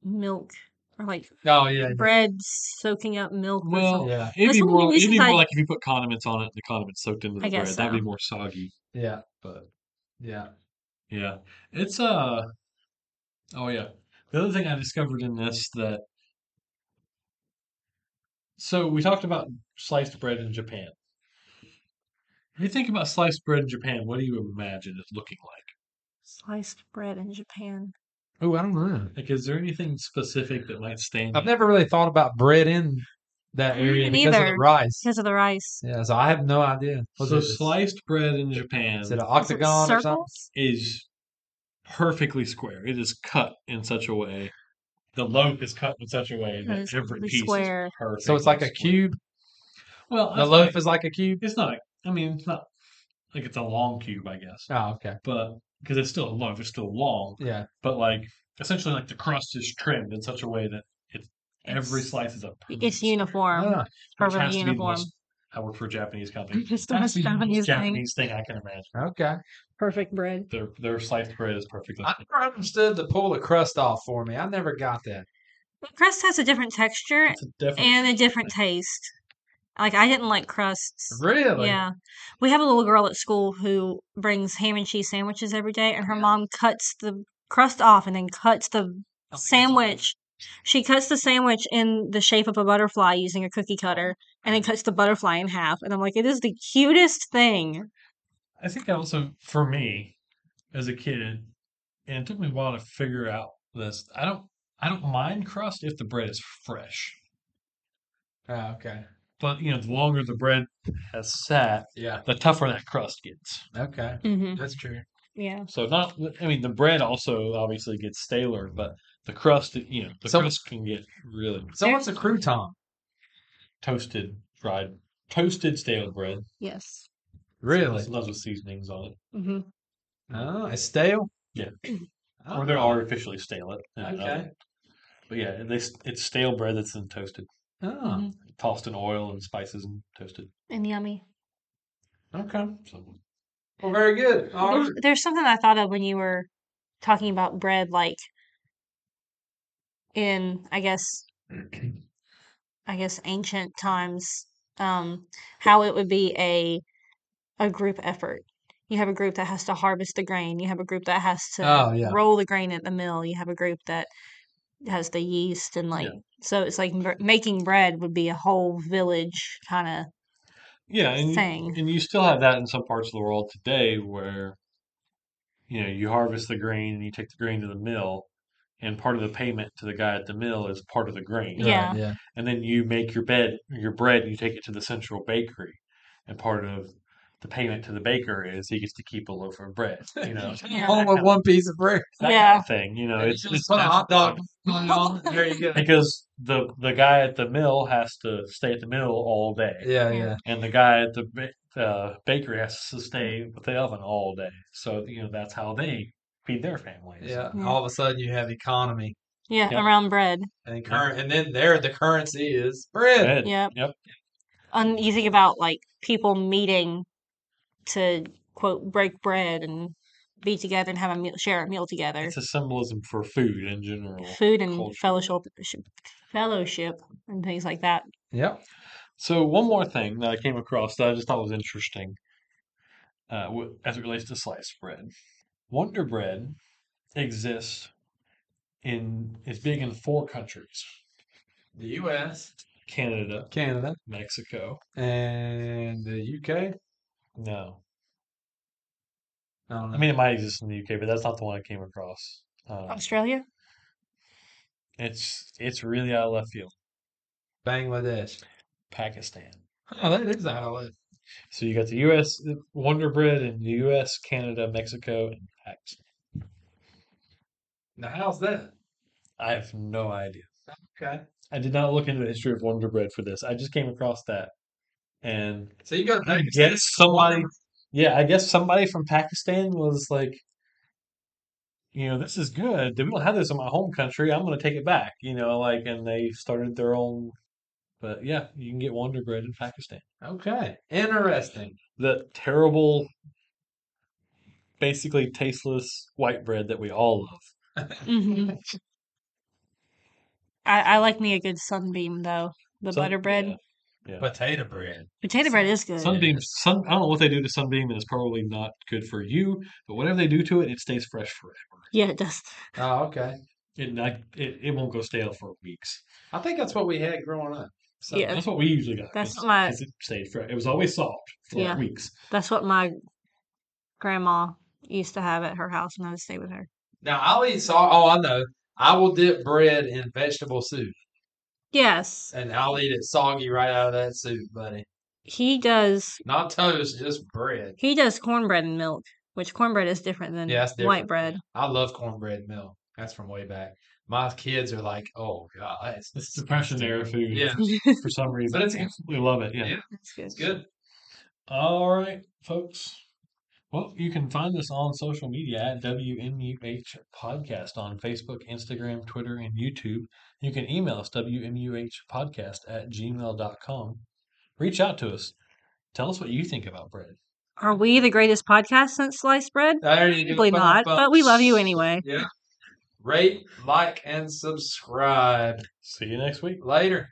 Speaker 3: milk or like
Speaker 1: Oh yeah,
Speaker 3: bread soaking up milk. or
Speaker 2: Well,
Speaker 3: something.
Speaker 1: yeah,
Speaker 2: It'd
Speaker 3: There's
Speaker 2: be
Speaker 3: something
Speaker 2: more,
Speaker 3: we
Speaker 2: it'd
Speaker 3: should
Speaker 2: be more
Speaker 3: hide-
Speaker 2: like if you put condiments on it and the condiments soaked into the
Speaker 3: I
Speaker 2: bread.
Speaker 3: guess
Speaker 2: That'd be
Speaker 3: so.
Speaker 2: more soggy.
Speaker 1: yeah,
Speaker 2: But
Speaker 1: yeah.
Speaker 2: yeah. It's uh oh yeah. The other thing I discovered in this that so we talked about sliced bread in Japan. If you think about sliced bread in Japan, what do you imagine it looking like?
Speaker 3: sliced bread in Japan.
Speaker 1: Oh, I don't know.
Speaker 2: Like is there anything specific that might stand
Speaker 1: I've
Speaker 2: out?
Speaker 1: never really thought about bread in that
Speaker 3: I
Speaker 1: area
Speaker 3: haven't
Speaker 1: because of the
Speaker 3: either.
Speaker 1: rice.
Speaker 3: Because of the rice.
Speaker 1: Yeah, so I have no idea. What
Speaker 2: so
Speaker 1: is this?
Speaker 2: sliced bread in Japan
Speaker 1: Is it an
Speaker 3: Is it
Speaker 1: octagon or something?
Speaker 3: circles?
Speaker 2: is perfectly square. It is cut in such a way. The loaf is cut in such a way
Speaker 3: That
Speaker 2: that
Speaker 3: is
Speaker 2: every
Speaker 3: perfectly
Speaker 2: piece
Speaker 3: square.
Speaker 2: is perfect.
Speaker 1: So it's like a cube.
Speaker 2: Well,
Speaker 1: The loaf is like a cube.
Speaker 2: It's not. I mean, it's not like it's a long cube, I guess,
Speaker 1: Oh, okay.
Speaker 2: but because it's still a loaf, it's still long.
Speaker 1: Yeah.
Speaker 2: But like essentially, like the crust is trimmed in such a way that every
Speaker 3: It's-
Speaker 2: slice is a perfect
Speaker 3: It's
Speaker 2: square,
Speaker 3: uniform.
Speaker 1: Ah,
Speaker 3: It's
Speaker 2: which
Speaker 3: perfectly
Speaker 2: has to be the
Speaker 3: uniform.
Speaker 2: most- I work for a Japanese company.
Speaker 3: It's the
Speaker 2: That's
Speaker 3: most
Speaker 2: the
Speaker 3: Japanese thing.
Speaker 2: Japanese thing I can imagine.
Speaker 1: Ah, okay.
Speaker 3: Perfect bread.
Speaker 2: Their their sliced bread is perfectly.
Speaker 3: Uh,
Speaker 1: I never understood the pull the crust off for me. I never got that.
Speaker 3: The crust has a different texture
Speaker 2: It's a different.
Speaker 3: and a different taste. Like I didn't like crusts.
Speaker 1: Really?
Speaker 3: Yeah. We have a little girl at school who brings ham and cheese sandwiches every day, and her mom cuts the crust off and then cuts the sandwich. She cuts the sandwich in the shape of a butterfly using a cookie cutter and then cuts the butterfly in half. And I'm like, it is the cutest thing.
Speaker 2: I think I also, for me, as a kid, and it took me a while to figure out this. I don't, I don't mind crust if the bread is fresh,
Speaker 1: Oh, okay.
Speaker 2: but you know, the longer the bread has sat,
Speaker 1: Yeah.
Speaker 2: the tougher that crust gets.
Speaker 1: Okay.
Speaker 3: Mm-hmm.
Speaker 1: That's true.
Speaker 3: Yeah.
Speaker 2: So not, I mean, the bread also obviously gets staler, but the crust, you know, the
Speaker 1: So-
Speaker 2: crust can get really
Speaker 1: So what's a crouton?
Speaker 2: toasted, fried, toasted stale bread.
Speaker 3: Yes.
Speaker 1: Really?
Speaker 2: It's lots of seasonings on it,
Speaker 3: Mm-hmm.
Speaker 1: Oh, it's stale.
Speaker 2: Yeah.
Speaker 1: Oh,
Speaker 2: or they're artificially stale it. in an
Speaker 1: Okay.
Speaker 2: oven. But yeah, and they, s- it's stale bread that's then toasted.
Speaker 1: Oh,
Speaker 2: tossed in oil and spices and toasted.
Speaker 3: And yummy.
Speaker 1: okay.
Speaker 2: So
Speaker 1: Well, very good. All
Speaker 3: There's,
Speaker 1: right.
Speaker 3: there's something I thought of when you were talking about bread, like in, I guess, I guess ancient times, um, how it would be a a group effort. You have a group that has to harvest the grain. You have a group that has to
Speaker 1: Oh, yeah.
Speaker 3: roll the grain at the mill. You have a group that has the yeast and like so it's like br- making bread would be a whole village kind
Speaker 2: yeah, and you,
Speaker 3: Thing.
Speaker 2: and you still have that in some parts of the world today, where you know you harvest the grain and you take the grain to the mill, and part of the payment to the guy at the mill is part of the grain.
Speaker 3: Yeah.
Speaker 1: yeah.
Speaker 2: And then you make your bed, your bread, and you take it to the central bakery, and part of the payment to the baker is he gets to keep a loaf of bread. You know,
Speaker 3: Yeah.
Speaker 1: All with one piece of bread.
Speaker 2: that
Speaker 3: Yeah.
Speaker 2: kind of thing. You know,
Speaker 1: And you
Speaker 2: it's
Speaker 1: just
Speaker 2: it's
Speaker 1: put a
Speaker 2: that's
Speaker 1: hot dog
Speaker 2: fun.
Speaker 1: on it. There you go.
Speaker 2: because the the guy at the mill has to stay at the mill all day,
Speaker 1: Yeah,
Speaker 3: Yeah.
Speaker 1: yeah.
Speaker 2: and the guy at the ba- uh, bakery has to stay with the oven all day. So you know that's how they feed their families.
Speaker 1: Yeah.
Speaker 3: Yeah.
Speaker 1: All of a sudden you have economy
Speaker 3: Yeah,
Speaker 2: Yeah.
Speaker 3: around bread.
Speaker 1: and current and then there the currency is bread.
Speaker 2: Bread.
Speaker 3: Yep.
Speaker 2: Yep.
Speaker 3: And you think about like people meeting to quote break bread and be together and have a meal, share a meal together.
Speaker 2: It's a symbolism for food in general.
Speaker 3: Food and
Speaker 2: culture.
Speaker 3: fellowship, fellowship and things like that.
Speaker 1: Yep.
Speaker 2: So one more thing that I came across that I just thought was interesting, uh, w- as it relates to sliced bread, Wonder Bread exists in is big in four countries:
Speaker 1: The US,
Speaker 2: Canada,
Speaker 1: Canada,
Speaker 2: Mexico.
Speaker 1: and the UK.
Speaker 2: No,
Speaker 1: I don't know.
Speaker 2: I mean it might exist in the UK, but that's not the one I came across. Um,
Speaker 3: Australia?
Speaker 2: it's it's really out of left field.
Speaker 1: Bangladesh.
Speaker 2: Pakistan.
Speaker 1: Oh, that is out of it.
Speaker 2: So you got the U.S. Wonder Bread in the U.S., Canada, Mexico, and Pakistan.
Speaker 1: Now how's that?
Speaker 2: I have no idea.
Speaker 1: Okay.
Speaker 2: I did not look into the history of Wonder Bread for this. I just came across that, and
Speaker 1: So you go to
Speaker 2: I
Speaker 1: Vegas.
Speaker 2: guess somebody, yeah, I guess somebody from Pakistan was like, you know, this is good. We don't have this in my home country. I'm going to take it back. You know, like, and they started their own. But yeah, you can get Wonder Bread in Pakistan.
Speaker 1: Okay. Interesting.
Speaker 2: The terrible, basically tasteless white bread that we all love.
Speaker 3: hmm I, I like me a good sunbeam though. The
Speaker 2: Sun-
Speaker 3: butter bread.
Speaker 2: yeah. Yeah.
Speaker 1: Potato bread.
Speaker 3: Potato bread is good.
Speaker 2: Sunbeam,
Speaker 1: Yes.
Speaker 2: sun. I don't know what they do to Sunbeam, and it's probably not good for you. But whatever they do to it, it stays fresh forever.
Speaker 3: Yeah, it does.
Speaker 1: Oh, okay.
Speaker 2: It not, it, it won't go stale for weeks.
Speaker 1: I think that's what we had growing up. So
Speaker 3: Yeah.
Speaker 2: That's what we usually got.
Speaker 3: That's
Speaker 2: 'cause-
Speaker 3: what my-
Speaker 2: 'cause it stayed fresh. It was always soft for like
Speaker 3: Yeah.
Speaker 2: weeks.
Speaker 3: That's what my grandma used to have at her house when I would stay with her.
Speaker 1: now I'll eat salt. Oh, I know. I will dip bread in vegetable soup,
Speaker 3: Yes.
Speaker 1: and I'll eat it soggy right out of that soup, buddy.
Speaker 3: He does
Speaker 1: Not toast, just bread.
Speaker 3: he does cornbread and milk, which cornbread is different than
Speaker 1: Yeah, that's different.
Speaker 3: white bread.
Speaker 1: I love cornbread and milk. That's from way back. My kids are like, "Oh God, that's,
Speaker 2: It's depression era food.
Speaker 1: Yeah.
Speaker 3: that's
Speaker 2: For some reason,
Speaker 1: But it's-
Speaker 2: we love it. Yeah.
Speaker 1: Yeah.
Speaker 3: good.
Speaker 1: it's good."
Speaker 2: All right, folks. Well, you can find us on social media at WMUH Podcast on Facebook, Instagram, Twitter, and YouTube. You can email us, WMUHpodcast at gmail.com. Reach out to us. Tell us what you think about bread.
Speaker 3: Are we the greatest podcast since sliced bread?
Speaker 1: There you go,
Speaker 3: Probably
Speaker 1: bum,
Speaker 3: not,
Speaker 1: bum.
Speaker 3: but we love you anyway.
Speaker 1: Yeah. Rate, like, and subscribe.
Speaker 2: See you next week.
Speaker 1: Later.